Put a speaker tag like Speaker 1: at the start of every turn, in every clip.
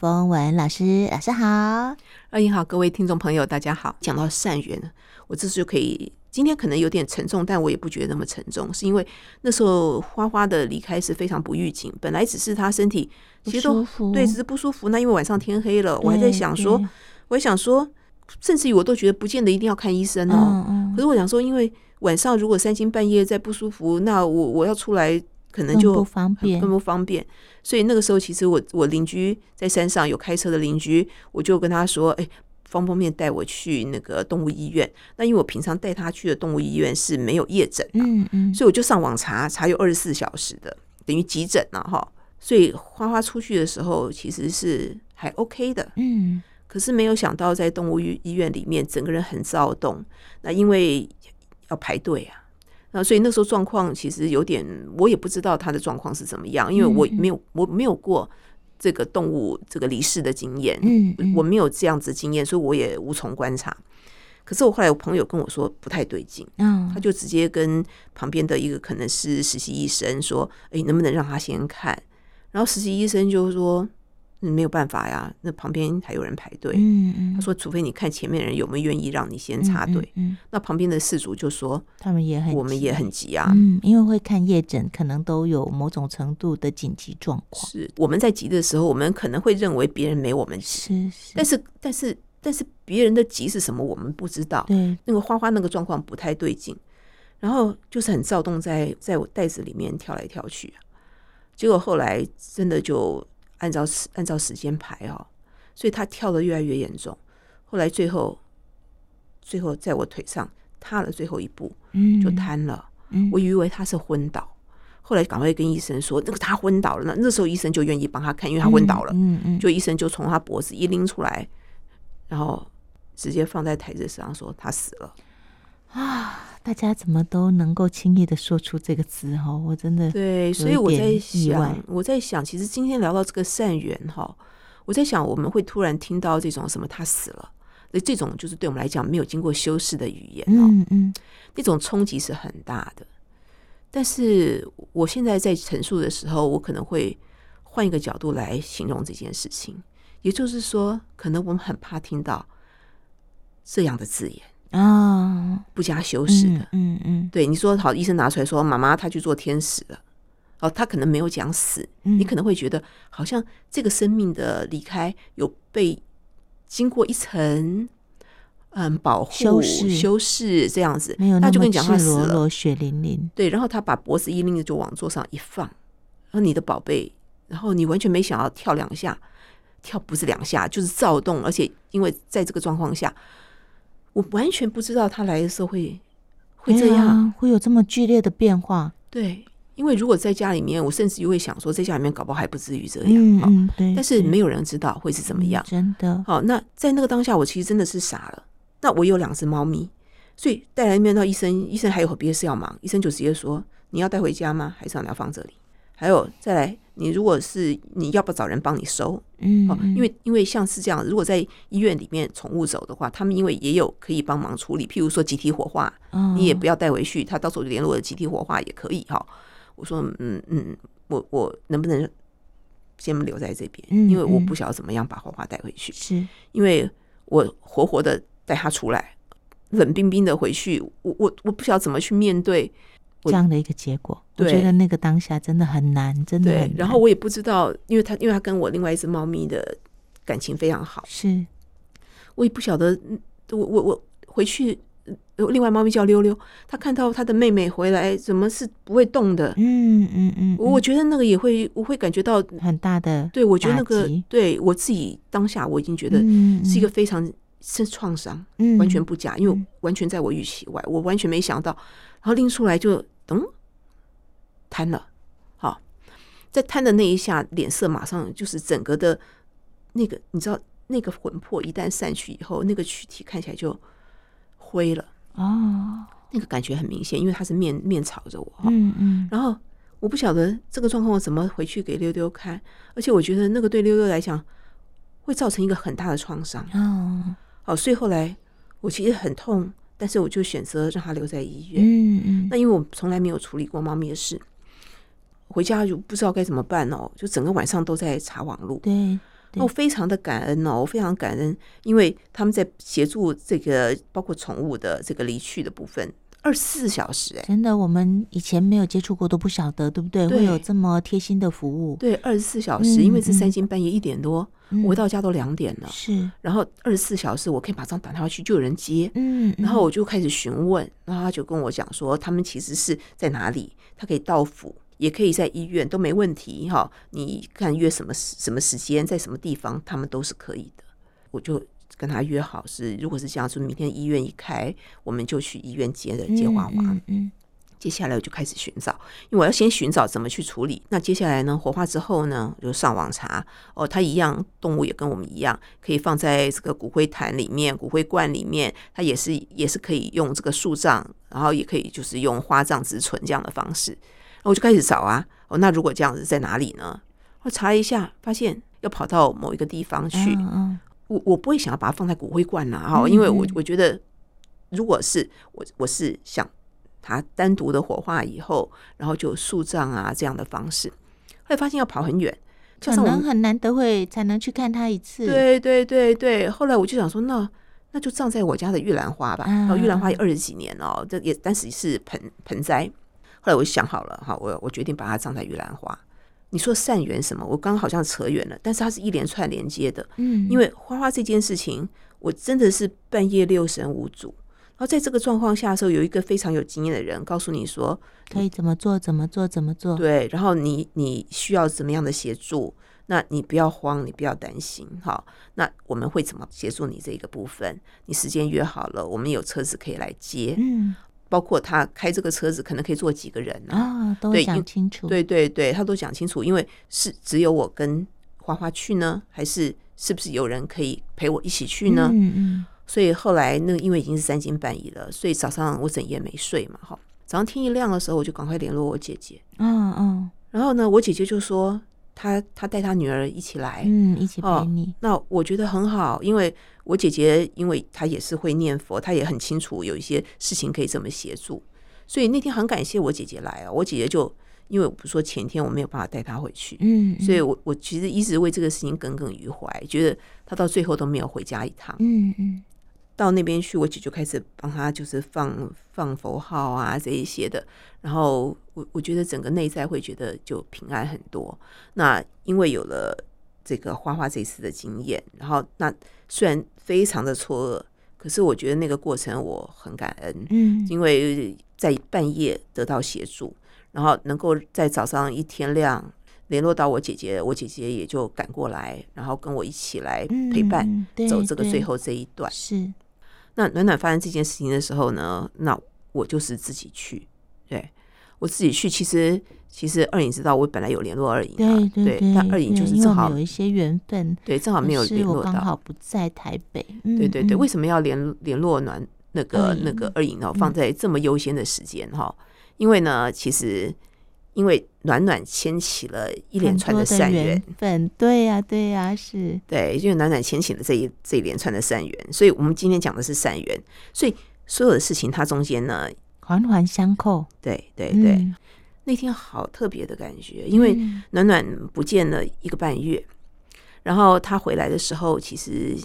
Speaker 1: 风文老师，老师好。
Speaker 2: 二英好，各位听众朋友，大家好。讲到善缘，我这次就可以，今天可能有点沉重，但我也不觉得那么沉重，是因为那时候花花的离开是非常不预警，本来只是她身体其实
Speaker 1: 不
Speaker 2: 都
Speaker 1: 舒服
Speaker 2: 对，只是不舒服。那嗯因为晚上天黑了，我还在
Speaker 1: 对
Speaker 2: 想说
Speaker 1: 对，
Speaker 2: 我还想说，甚至于我都觉得不见得一定要看医生哦。
Speaker 1: 嗯
Speaker 2: 可是我想说，因为晚上如果三更半夜再不舒服，那我我要出来可能
Speaker 1: 更
Speaker 2: 就
Speaker 1: 不方
Speaker 2: 很
Speaker 1: 便
Speaker 2: 更。不方便。所以那个时候，其实我我邻居在山上有开车的邻居，我就跟他说：“哎、方不方便带我去那个动物医院？”那因为我平常带他去的动物医院是没有夜诊的，
Speaker 1: 嗯嗯，
Speaker 2: 所以我就上网查，查有二十四小时的，等于急诊了、哈。所以花花出去的时候其实是还 OK 的，
Speaker 1: 嗯
Speaker 2: 可是没有想到在动物医医院里面，整个人很躁动。那因为要排队啊，那所以那时候状况其实有点，我也不知道他的状况是怎么样，因为我
Speaker 1: 嗯嗯
Speaker 2: 没有我没有过这个动物这个离世的经验，
Speaker 1: 嗯嗯
Speaker 2: 我没有这样子经验，所以我也无从观察。可是我后来我朋友跟我说不太对劲，
Speaker 1: 嗯
Speaker 2: 他就直接跟旁边的一个可能是实习医生说：“哎、能不能让他先看？”然后实习医生就说：“嗯，没有办法呀，那旁边还有人排队。
Speaker 1: 嗯嗯，
Speaker 2: 他说：“除非你看前面人有没有愿意让你先插队。
Speaker 1: 嗯，嗯嗯
Speaker 2: 那旁边的事主就说
Speaker 1: 他们也：“很，
Speaker 2: 我们也。很急啊，
Speaker 1: 嗯，因为会看夜诊，可能都有某种程度的紧急状况。
Speaker 2: 是我们在急的时候，我们可能会认为别人没我们急，
Speaker 1: 是是，
Speaker 2: 但是但是但是别人的急是什么，我们不知道。
Speaker 1: 对，
Speaker 2: 那个花花那个状况不太对劲，然后就是很躁动在，在我袋子里面跳来跳去、啊结果后来真的就按照时按照时间排哦，所以他跳的越来越严重，后来最后最后在我腿上踏了最后一步
Speaker 1: 嗯，
Speaker 2: 就瘫了，
Speaker 1: 嗯，
Speaker 2: 我以为他是昏倒。后来赶快跟医生说，那个他昏倒了。那那时候医生就愿意帮他看，因为他昏倒了。
Speaker 1: 嗯嗯，
Speaker 2: 就医生就从他脖子一拎出来，然后直接放在台子上说他死了。
Speaker 1: 啊，大家怎么都能够轻易的说出这个词哈，我真的
Speaker 2: 对，所以
Speaker 1: 有
Speaker 2: 我
Speaker 1: 一
Speaker 2: 在
Speaker 1: 点意外
Speaker 2: 想，我在想，其实今天聊到这个善缘哈，我在想我们会突然听到这种什么他死了，那这种就是对我们来讲没有经过修饰的语言哦，
Speaker 1: 嗯嗯
Speaker 2: 那种冲击是很大的。但是我现在在陈述的时候，我可能会换一个角度来形容这件事情，也就是说，可能我们很怕听到这样的字眼，
Speaker 1: 啊，
Speaker 2: 不加修饰的。
Speaker 1: 嗯嗯
Speaker 2: 对，你说好，医生拿出来说，妈妈她去做天使了。哦，他可能没有讲死，
Speaker 1: 嗯，
Speaker 2: 你可能会觉得好像这个生命的离开有被经过一层嗯保护、
Speaker 1: 修饰
Speaker 2: 修饰这样子，
Speaker 1: 没有
Speaker 2: 那
Speaker 1: 那
Speaker 2: 就
Speaker 1: 么
Speaker 2: 跟你讲他
Speaker 1: 赤
Speaker 2: 死
Speaker 1: 裸
Speaker 2: 了，
Speaker 1: 裸、血淋淋。
Speaker 2: 对，然后他把脖子一拎着就往桌上一放，然后你的宝贝，然后你完全没想要跳两下，跳不是两下，就是躁动，而且因为在这个状况下，我完全不知道他来的时候会会这
Speaker 1: 对
Speaker 2: 样。
Speaker 1: 啊，会有这么剧烈的变化。
Speaker 2: 对，因为如果在家里面，我甚至于会想说，在家里面搞不好还不至于这样，
Speaker 1: 嗯
Speaker 2: 哦
Speaker 1: 嗯，对。
Speaker 2: 但是
Speaker 1: 对
Speaker 2: 没有人知道会是怎么
Speaker 1: 嗯
Speaker 2: 样。哦
Speaker 1: 真的，
Speaker 2: 好，那在那个当下，我其实真的是傻了。那我有两只猫咪，所以带来面到医生，医生还有别的事要忙，医生就直接说：“你要带回家吗？还是要你要放这里？”还有再来，你如果是你要不要找人帮你收？
Speaker 1: 嗯
Speaker 2: 哦，，
Speaker 1: 嗯
Speaker 2: 因为因为像是这样，如果在医院里面宠物走的话，他们因为也有可以帮忙处理，譬如说集体火化，你也不
Speaker 1: 要，
Speaker 2: 要带回去，他到时候联络了集体火化也可以哈。我说，嗯嗯，我我能不能先留在这边？
Speaker 1: 嗯
Speaker 2: 因为我
Speaker 1: 嗯
Speaker 2: 不晓得怎么样把花花带回去，
Speaker 1: 是
Speaker 2: 因为我活活的带他出来，冷冰冰的回去，我我我不晓得怎么去面对。我
Speaker 1: 这样的一个结果。我觉
Speaker 2: 对
Speaker 1: 得那个当下真的很难，真的很
Speaker 2: 对
Speaker 1: 难。，
Speaker 2: 然后我也不知道，因为他因为他跟我另外一只猫咪的感情非常好，
Speaker 1: 是
Speaker 2: 我也不晓得，嗯我我我回去。呃另外，猫咪叫溜溜，它看到它的妹妹回来，怎么是不会动的？
Speaker 1: 嗯嗯嗯，
Speaker 2: 我我
Speaker 1: 嗯
Speaker 2: 觉得那个也会，我会感觉到，
Speaker 1: 很大的
Speaker 2: 对我觉得那
Speaker 1: 打
Speaker 2: 个
Speaker 1: 击
Speaker 2: 对我自己当下我已经觉得
Speaker 1: 嗯
Speaker 2: 是一个非常是创伤，
Speaker 1: 嗯
Speaker 2: 完全不假，因为
Speaker 1: 嗯
Speaker 2: 完全在我预期外，我完全没想到，然后拎出来就嗯，瘫了，好，在瘫的那一下，脸色马上就是整个的那个，你知道那个魂魄一旦散去以后，那个躯体看起来就灰了，
Speaker 1: 哦，
Speaker 2: 那个感觉很明显，因为它是面面朝着我，
Speaker 1: 嗯嗯
Speaker 2: 然后我不晓得这个状况我怎么回去给溜溜看，而且我觉得那个对溜溜来讲会造成一个很大的创伤。
Speaker 1: 哦，
Speaker 2: 哦，所以后来我其实很痛，但是我就选择让他留在医院。
Speaker 1: 嗯嗯
Speaker 2: 那因为我从来没有处理过猫咪的事，回家就不知道该怎么办哦，就整个晚上都在查网络。
Speaker 1: 对，对
Speaker 2: 那我非常的感恩哦，我非常感恩，因为他们在协助这个包括宠物的这个离去的部分，二十四小时哎、
Speaker 1: 真的，我们以前没有接触过，都不晓得，对不对？
Speaker 2: 对
Speaker 1: 会有这么贴心的服务，
Speaker 2: 对，二十四小
Speaker 1: 嗯
Speaker 2: 时，因为是
Speaker 1: 嗯
Speaker 2: 三更半夜一点多，
Speaker 1: 嗯
Speaker 2: 我到家都两点了，
Speaker 1: 是，
Speaker 2: 然后二十四小时我可以马上打电话去，就有人接。
Speaker 1: 嗯，
Speaker 2: 然后我就开始询问，然后他就跟我讲说，他们其实是在哪里，他可以到府，也可以在医院，都没问题哈。你看约什么时什么时间，在什么地方，他们都是可以的。我就跟他约好是，如果是这样说，明天医院一开，我们就去医院接的
Speaker 1: 嗯
Speaker 2: 接花花。
Speaker 1: 嗯嗯
Speaker 2: 接下来我就开始寻找，因为我要先寻找怎么去处理。那接下来呢，火化之后呢，我就上网查哦，它一样，动物也跟我们一样，可以放在这个骨灰坛里面、骨灰罐里面，它也是也是可以用这个树葬，然后也可以就是用花葬植存这样的方式。然后我就开始找啊，哦，那如果这样子在哪里呢？我查了一下，发现要跑到某一个地方去，
Speaker 1: 嗯嗯
Speaker 2: 我我不会想要把它放在骨灰罐呐、哈、
Speaker 1: 嗯
Speaker 2: 因为我
Speaker 1: 嗯
Speaker 2: 我觉得，如果是我我是想它单独的火化以后，然后就树葬啊这样的方式，后来发现要跑很远，加
Speaker 1: 可
Speaker 2: 上我
Speaker 1: 能
Speaker 2: 们
Speaker 1: 很难得会才能去看他一次，，
Speaker 2: 对对对对，后来我就想说那。那就葬在我家的玉兰花吧，
Speaker 1: 嗯
Speaker 2: 然后玉兰花也二十几年哦，这也但是是盆盆栽。后来我就想好了哈，我我决定把它葬在玉兰花。你说善缘什么？我刚刚好像扯远了，但是它是一连串连接的，
Speaker 1: 嗯，
Speaker 2: 因为花花这件事情，我真的是半夜六神无主。然后在这个状况下的时候，有一个非常有经验的人告诉你说，
Speaker 1: 可以怎么做怎么做怎么做，
Speaker 2: 对，然后你你需要怎么样的协助？那你不要慌，你不要担心，哈。那我们会怎么协助你这个部分？你时间约好了，我们有车子可以来接，
Speaker 1: 嗯
Speaker 2: 包括他开这个车子可能可以坐几个人啊？
Speaker 1: 啊，都
Speaker 2: 对
Speaker 1: 讲
Speaker 2: 因
Speaker 1: 清楚，
Speaker 2: 对对对，他都讲清楚，因为是只有我跟花花去呢，还是是不是有人可以陪我一起去呢？
Speaker 1: 嗯嗯
Speaker 2: 所以后来那个因为已经是三更半夜了，所以早上我整夜没睡嘛，哈。早上天一亮的时候，我就赶快联络我姐姐。
Speaker 1: 嗯嗯
Speaker 2: 然后呢，我姐姐就说她她带她女儿一起来。
Speaker 1: 嗯，一起陪
Speaker 2: 哦
Speaker 1: 你，
Speaker 2: 那我觉得很好，因为我姐姐因为她也是会念佛，她也很清楚有一些事情可以怎么协助。所以那天很感谢我姐姐来啊，我姐姐就因为我不是说前天我没有办法带她回去，
Speaker 1: 嗯，
Speaker 2: 所以我我其实一直为这个事情耿耿于怀，觉得她到最后都没有回家一趟。
Speaker 1: 嗯嗯
Speaker 2: 到那边去，我姐就开始帮他就是放放佛号啊这一些的，然后我我觉得整个内在会觉得就平安很多。那因为有了这个花花这次的经验，然后那虽然非常的错愕，可是我觉得那个过程我很感恩，
Speaker 1: 嗯
Speaker 2: 因为在半夜得到协助，然后能够在早上一天亮联络到我姐姐，我姐姐也就赶过来，然后跟我一起来
Speaker 1: 嗯
Speaker 2: 陪伴。
Speaker 1: 嗯对
Speaker 2: 走这个
Speaker 1: 对
Speaker 2: 最后这一嗯段，
Speaker 1: 是
Speaker 2: 那暖暖发生这件事情的时候呢，那我就是自己去，对我自己去。其实其实二颖知道我本来有联络二颖、啊，
Speaker 1: 对对对，
Speaker 2: 但二颖就是
Speaker 1: 对因为
Speaker 2: 正
Speaker 1: 我
Speaker 2: 好
Speaker 1: 们有一些缘分，
Speaker 2: 对正好没有
Speaker 1: 可是
Speaker 2: 联
Speaker 1: 我
Speaker 2: 络
Speaker 1: 刚
Speaker 2: 到，
Speaker 1: 好不在台北，
Speaker 2: 对
Speaker 1: 嗯
Speaker 2: 对对。
Speaker 1: 嗯
Speaker 2: 为什么要联联络暖那
Speaker 1: 二
Speaker 2: 个
Speaker 1: 颖嗯
Speaker 2: 那个二颖呢？放在这么优先的时间哈、因为呢，其实因为暖暖牵起了一连
Speaker 1: 很
Speaker 2: 串
Speaker 1: 多的
Speaker 2: 善
Speaker 1: 缘
Speaker 2: 缘。
Speaker 1: 分，对呀、对呀、是，
Speaker 2: 对，因为暖暖牵起了这一这一连串的善缘，所以我们今天讲的是善缘，所以所有的事情它中间呢，
Speaker 1: 环环相扣，
Speaker 2: 对对对，
Speaker 1: 嗯
Speaker 2: 那天好特别的感觉，因为
Speaker 1: 嗯
Speaker 2: 暖暖不见了一个半月，然后她回来的时候，其实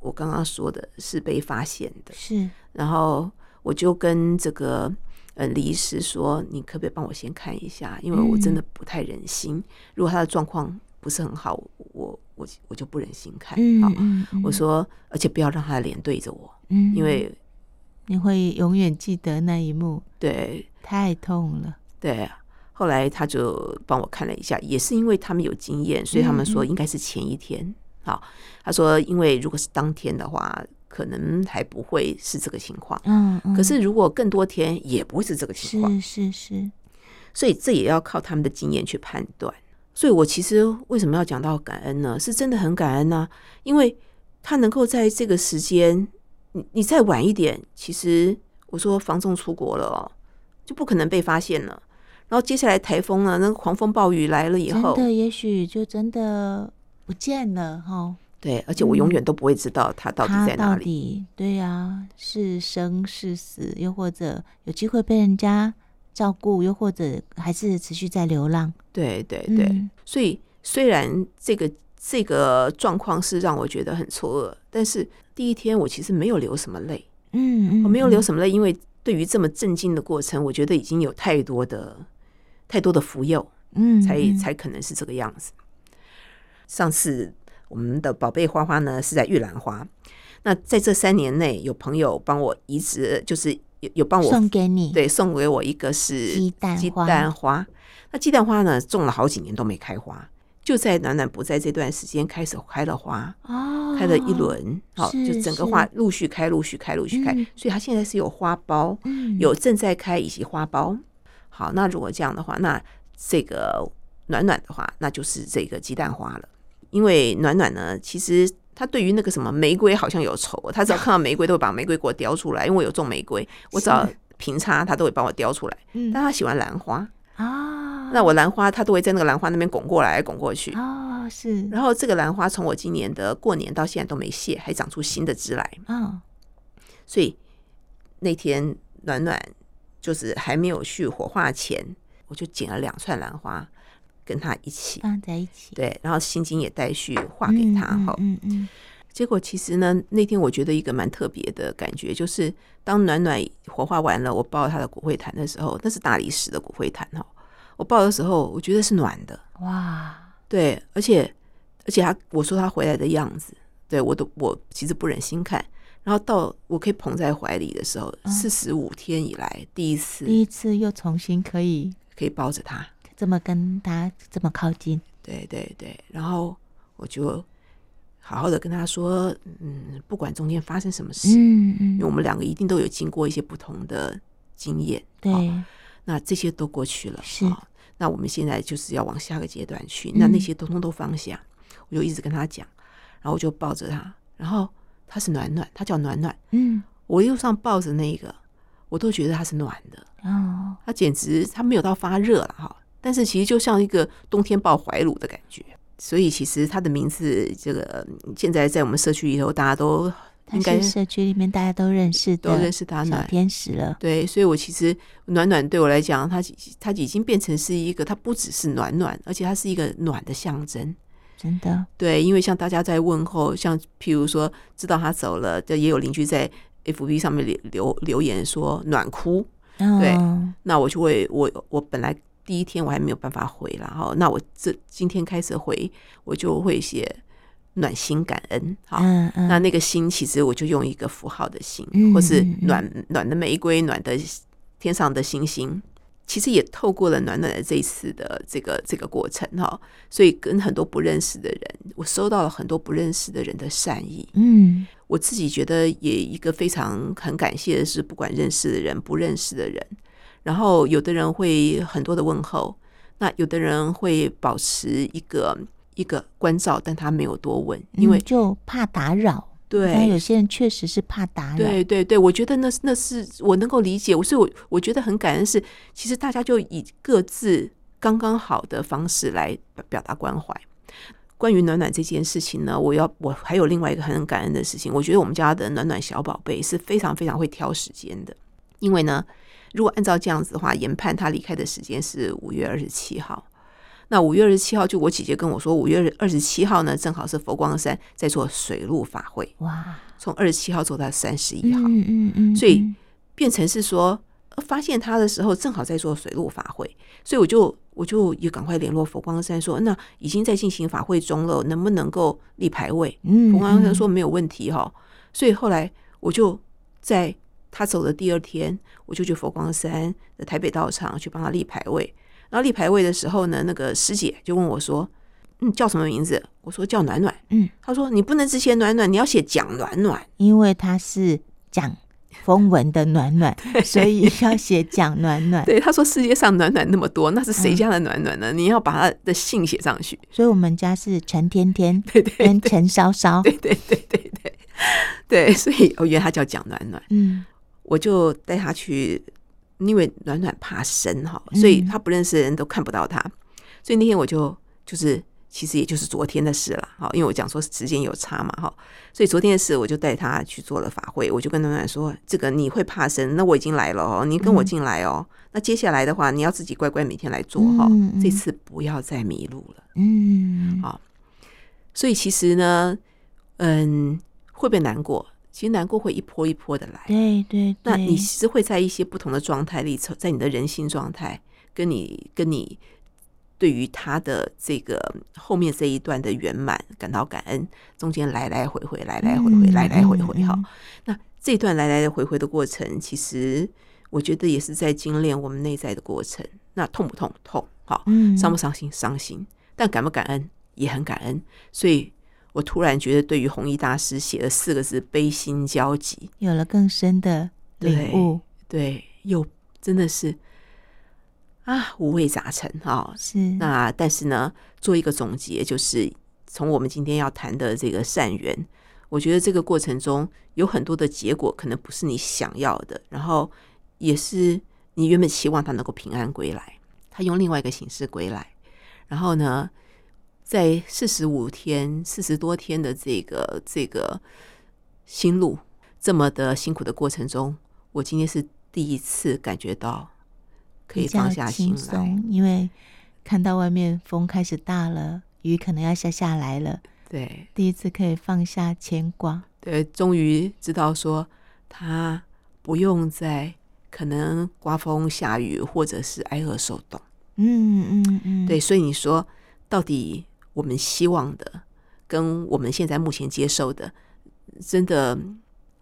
Speaker 2: 我刚刚说的是被发现的，
Speaker 1: 是
Speaker 2: 然后我就跟这个呃李医师说，你可不可以帮我先看一下，因为我
Speaker 1: 嗯
Speaker 2: 真的不太忍心，如果她的状况不是很好，我我我就不忍心看，
Speaker 1: 嗯
Speaker 2: 好
Speaker 1: 嗯，嗯
Speaker 2: 我说，而且不要让她的脸对着我，
Speaker 1: 嗯，
Speaker 2: 因为
Speaker 1: 你会永远记得那一幕，
Speaker 2: 对
Speaker 1: 太痛了，
Speaker 2: 对，后来他就帮我看了一下，也是因为他们有经验，所以他们说
Speaker 1: 嗯嗯
Speaker 2: 应该是前一天。好，他说因为如果是当天的话，可能还不会是这个情况。
Speaker 1: 嗯嗯，
Speaker 2: 可是如果更多天，也不会是这个情况。
Speaker 1: 是是是，
Speaker 2: 所以这也要靠他们的经验去判断。所以我其实为什么要讲到感恩呢？是真的很感恩呐、因为他能够在这个时间，你你再晚一点，其实我说防重出国了哦，就不可能被发现了。然后接下来台风啊呢，那个狂风暴雨来了以
Speaker 1: 真
Speaker 2: 后，
Speaker 1: 的也许就真的不见了哈，
Speaker 2: 对，而且我永远都不会知道他到底
Speaker 1: 他
Speaker 2: 在哪
Speaker 1: 到
Speaker 2: 里。
Speaker 1: 底对呀、是生是死，又或者有机会被人家照顾，又或者还是持续在流浪，
Speaker 2: 对对对，
Speaker 1: 嗯
Speaker 2: 所以虽然这个这个状况是让我觉得很错愕。但是第一天我其实没有流什么泪，
Speaker 1: 嗯，
Speaker 2: 我没有
Speaker 1: 留
Speaker 2: 流什么泪，因为对于这么震惊的过程，我觉得已经有太多的太多的服药，
Speaker 1: 嗯，
Speaker 2: 才
Speaker 1: 嗯
Speaker 2: 才可能是这个样子。上次我们的宝贝花花呢是在玉兰花，那在这三年内，有朋友帮我移植，就是有有帮我
Speaker 1: 送给你，，
Speaker 2: 对送给我一个是
Speaker 1: 鸡蛋
Speaker 2: 鸡
Speaker 1: 花
Speaker 2: 蛋花，那鸡蛋花呢种了好几年都没开花，就在暖暖不在这段时间开始开了花。
Speaker 1: 哦，
Speaker 2: 开了一，轮，好、
Speaker 1: 是
Speaker 2: 就整
Speaker 1: 是
Speaker 2: 个花陆续开，陆续开，陆续开，
Speaker 1: 嗯
Speaker 2: 所以它现在是有花苞，
Speaker 1: 嗯，
Speaker 2: 有正在开以及花苞。好，那如果这样的话，那这个暖暖的话，那就是这个鸡蛋花了。因为暖暖呢，其实她对于那个什么玫瑰好像有仇哦，她只要看到玫瑰都会把玫瑰给我叼出来，因为我有种玫瑰，我只要
Speaker 1: 是
Speaker 2: 平插她都会帮我叼出来。
Speaker 1: 嗯
Speaker 2: 但她喜欢兰花，
Speaker 1: 啊，
Speaker 2: 那我兰花她都会在那个兰花那边拱过来拱过去。
Speaker 1: 哦是，
Speaker 2: 然后这个兰花从我今年的过年到现在都没谢，还长出新的枝来。
Speaker 1: 嗯
Speaker 2: 所以那天暖暖就是还没有去火化前，我就捡了两串兰花跟他一起，
Speaker 1: 放在一起，
Speaker 2: 对，然后心经也带去画
Speaker 1: 嗯，
Speaker 2: 给他哈、
Speaker 1: 嗯嗯嗯
Speaker 2: 结果其实呢，那天我觉得一个蛮特别的感觉，就是当暖暖火化完了，我抱他的骨灰坛的时候，那是大理石的骨灰坛哈，我抱的时候，我觉得是暖的，
Speaker 1: 嗯哇，
Speaker 2: 对，而且而且他我说他回来的样子，对我都我其实不忍心看。然后到我可以捧在怀里的时候，
Speaker 1: 嗯
Speaker 2: 四十五天以来第一次
Speaker 1: 第一次又重新可以
Speaker 2: 可以抱着他，
Speaker 1: 这么跟他这么靠近，
Speaker 2: 对对对。然后我就好好的跟他说，嗯，不管中间发生什么事，
Speaker 1: 嗯
Speaker 2: 因
Speaker 1: 嗯，
Speaker 2: 为我们两个一定都有经过一些不同的经验，
Speaker 1: 对，
Speaker 2: 哦那这些都过去了，
Speaker 1: 是
Speaker 2: 哦那我们现在就是要往下个阶段去，那
Speaker 1: 嗯
Speaker 2: 那些通通都放下。我就一直跟他讲，然后我就抱着他，然后他是暖暖，他叫暖暖，
Speaker 1: 嗯
Speaker 2: 我一路上抱着那个，我都觉得他是暖的，
Speaker 1: 哦
Speaker 2: 他简直他没有到发热了哈，但是其实就像一个冬天抱怀乳的感觉。所以其实他的名字，这个嗯现在在我们社区里头，大家都
Speaker 1: 他
Speaker 2: 应该
Speaker 1: 是社区里面大家都认识
Speaker 2: 都
Speaker 1: 的
Speaker 2: 认识他
Speaker 1: 小
Speaker 2: 暖。
Speaker 1: 天使了，
Speaker 2: 对，所以我其实暖暖对我来讲，它它已经变成是一个，它不只是暖暖，而且它是一个暖的象征。
Speaker 1: 真的，
Speaker 2: 对，因为像大家在问候，像譬如说知道他走了，就也有邻居在 FB 上面留留留言说暖哭，对
Speaker 1: 嗯
Speaker 2: 那我就会我我本来第一天我还没有办法回啦，然后那我这今天开始回，我就会写暖心感恩，好。
Speaker 1: 嗯嗯，
Speaker 2: 那那个心，其实我就用一个符号的心，
Speaker 1: 嗯
Speaker 2: 或是
Speaker 1: 嗯嗯
Speaker 2: 暖暖的玫瑰，暖的天上的星星，其实也透过了暖暖的这一次的这个这个过程哈、所以跟很多不认识的人，我收到了很多不认识的人的善意。
Speaker 1: 嗯
Speaker 2: 我自己觉得也一个非常很感谢的是，不管认识的人、不认识的人，然后有的人会很多的问候，那有的人会保持一个一个关照，但他没有多问，因为
Speaker 1: 嗯就怕打扰，
Speaker 2: 对
Speaker 1: 但有些人确实是怕打扰，
Speaker 2: 对对对，我觉得那是那是我能够理解，我所以我我觉得很感恩是，其实大家就以各自刚刚好的方式来表表达关怀。关于暖暖这件事情呢，我要我还有另外一个很感恩的事情，我觉得我们家的暖暖小宝贝是非常非常会挑时间的，因为呢，如果按照这样子的话，研判他离开的时间是五月二十七号。那五月二十七号，就我姐姐跟我说，五月二十七号呢，正好是佛光山在做水陆法会，
Speaker 1: 哇，
Speaker 2: 从二十七号做到三十一号。
Speaker 1: 嗯嗯嗯，
Speaker 2: 所以
Speaker 1: 嗯
Speaker 2: 变成是说，呃发现他的时候正好在做水陆法会，所以我就我就也赶快联络佛光山说，那已经在进行法会中了，能不能够立牌位？
Speaker 1: 嗯，
Speaker 2: 佛光山
Speaker 1: 嗯
Speaker 2: 说没有问题哈、所以后来我就在他走的第二天，我就去佛光山的台北道场去帮他立牌位。然后立牌位的时候呢，那个师姐就问我说：“嗯，叫什么名字？”我说：“叫暖暖。”
Speaker 1: 嗯，
Speaker 2: 她说：“你不能只写暖暖，你要写蒋暖暖。”
Speaker 1: 因为他是讲风文的暖 暖，所以要写讲暖暖。
Speaker 2: 对，他说世界上暖暖那么多，那是
Speaker 1: 嗯
Speaker 2: 谁家的暖暖呢？你要把他的姓写上去。
Speaker 1: 所以我们家是陈天天
Speaker 2: 对对
Speaker 1: 跟陈烧烧，
Speaker 2: 对对对对对对，所以哦我原来他叫蒋暖暖，
Speaker 1: 嗯，
Speaker 2: 我就带他去，因为暖暖怕生哈，所以
Speaker 1: 嗯
Speaker 2: 他不认识的人都看不到他，所以那天我就就是。其实也就是昨天的事了，哈，因为我讲说时间有差嘛，哈，所以昨天的事我就带他去做了法会，我就跟暖暖说，这个你会怕生，那我已经来了哦，你跟我
Speaker 1: 嗯
Speaker 2: 进来哦，那接下来的话你要自己乖乖每天来做哈、
Speaker 1: 嗯嗯
Speaker 2: 这次不要再迷路了。
Speaker 1: 嗯
Speaker 2: 好所以其实呢，嗯，会不会难过？其实难过会一波一波的来。
Speaker 1: 对对对，
Speaker 2: 那你其实会在一些不同的状态里，在你的人性状态，跟你跟你对于他的这个后面这一段的圆满感到感恩，中间来来回回，来来回回，
Speaker 1: 嗯
Speaker 2: 来来回回
Speaker 1: 嗯
Speaker 2: 哈
Speaker 1: 嗯。
Speaker 2: 那这段来来回回的过程，其实我觉得也是在精炼我们内在的过程。那痛不痛？痛，好，
Speaker 1: 嗯
Speaker 2: 伤不伤心？伤心，但感不感恩？也很感恩。所以我突然觉得，对于弘一大师写的四个字“悲心交集”，
Speaker 1: 有了更深的领悟，
Speaker 2: 对，又真的是啊，五味杂陈啊哈、
Speaker 1: 是
Speaker 2: 那但是呢，做一个总结，就是从我们今天要谈的这个善缘，我觉得这个过程中有很多的结果可能不是你想要的，然后也是你原本期望他能够平安归来，他用另外一个形式归来，然后呢，在四十五天、四十多天的这个这个心路这么的辛苦的过程中，我今天是第一次感觉到可以
Speaker 1: 比较
Speaker 2: 放下心
Speaker 1: 轻
Speaker 2: 来，
Speaker 1: 松，因为看到外面风开始大了，雨可能要下下来了，
Speaker 2: 对。
Speaker 1: 第一次可以放下牵挂，
Speaker 2: 对，终于知道说他不用再可能刮风下雨或者是挨饿受冻。
Speaker 1: 嗯嗯嗯，
Speaker 2: 对，所以你说到底我们希望的跟我们现在目前接受的，真的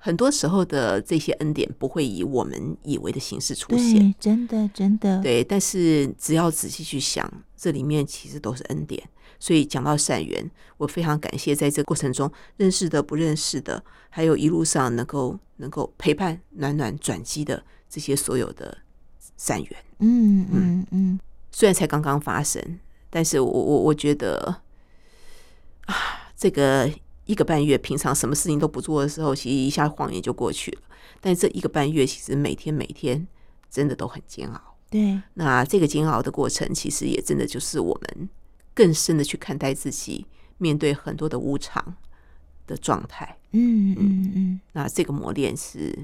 Speaker 2: 很多时候的这些恩典不会以我们以为的形式出现。
Speaker 1: 对，真的真的，
Speaker 2: 对，但是只要仔细去想，这里面其实都是恩典。所以讲到善缘，我非常感谢在这过程中认识的、不认识的，还有一路上能够能够陪伴、暖暖转机的这些所有的善缘。
Speaker 1: 嗯嗯嗯，
Speaker 2: 虽然才刚刚发生，但是我我我觉得啊，这个一个半月，平常什么事情都不做的时候，其实一下晃眼就过去了。但这一个半月，其实每天每天真的都很煎熬。
Speaker 1: 对，
Speaker 2: 那这个煎熬的过程，其实也真的就是我们更深的去看待自己，面对很多的无常的状态。
Speaker 1: 嗯嗯嗯
Speaker 2: 那这个磨练是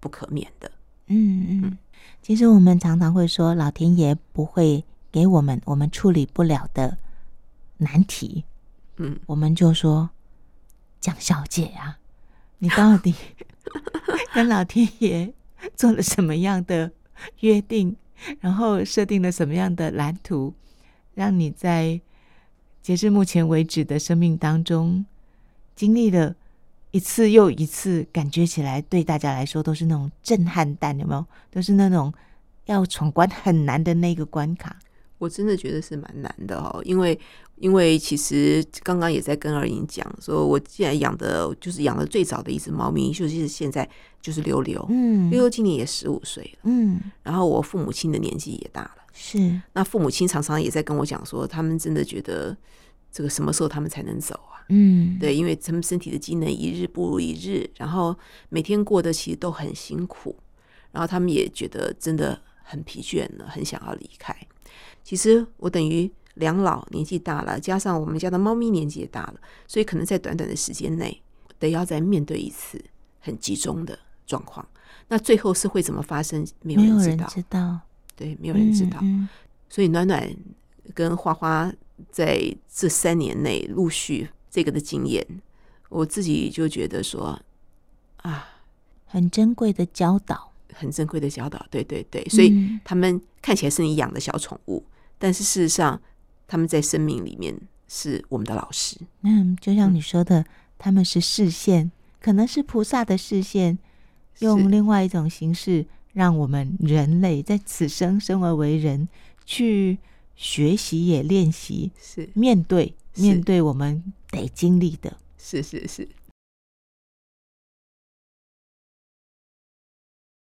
Speaker 2: 不可免的。
Speaker 1: 嗯嗯。其实我们常常会说，老天爷不会给我们我们处理不了的难题，
Speaker 2: 嗯，
Speaker 1: 我们就说蒋小姐啊，你到 底跟老天爷做了什么样的约定，然后设定了什么样的蓝图，让你在截至目前为止的生命当中经历了。一次又一次，感觉起来对大家来说都是那种震撼弹，有没有？都是那种要闯关很难的那个关卡。
Speaker 2: 我真的觉得是蛮难的哦，因为因为其实刚刚也在跟二莹讲，说我既然养的就是养的最早的一只猫咪，就是现在就是溜溜，
Speaker 1: 嗯
Speaker 2: 溜溜今年也十五岁了，
Speaker 1: 嗯，
Speaker 2: 然后我父母亲的年纪也大了。
Speaker 1: 是
Speaker 2: 那父母亲常常也在跟我讲说，他们真的觉得这个什么时候他们才能走啊？
Speaker 1: 嗯，
Speaker 2: 对，因为他们身体的机能一日不如一日，然后每天过得其实都很辛苦，然后他们也觉得真的很疲倦了，很想要离开。其实我等于两老年纪大了，加上我们家的猫咪年纪也大了，所以可能在短短的时间内，得要再面对一次很集中的状况。那最后是会怎么发生，没有
Speaker 1: 没有
Speaker 2: 人知
Speaker 1: 人
Speaker 2: 道，
Speaker 1: 知道，
Speaker 2: 对，没
Speaker 1: 没
Speaker 2: 有人知道。
Speaker 1: 嗯
Speaker 2: 所以暖暖跟花花在这三年内陆续这个的经验，我自己就觉得说啊，
Speaker 1: 很珍贵的教导。
Speaker 2: 很珍贵的教导，对对对，所以
Speaker 1: 嗯
Speaker 2: 他们看起来是你养的小宠物，但是事实上他们在生命里面是我们的老师，
Speaker 1: 嗯，就像你说的，他们是视线，可能是菩萨的视线，
Speaker 2: 是
Speaker 1: 用另外一种形式，让我们人类在此生生而为人，去学习也练习，
Speaker 2: 是
Speaker 1: 面对
Speaker 2: 是
Speaker 1: 面对我们得经历的。
Speaker 2: 是是是，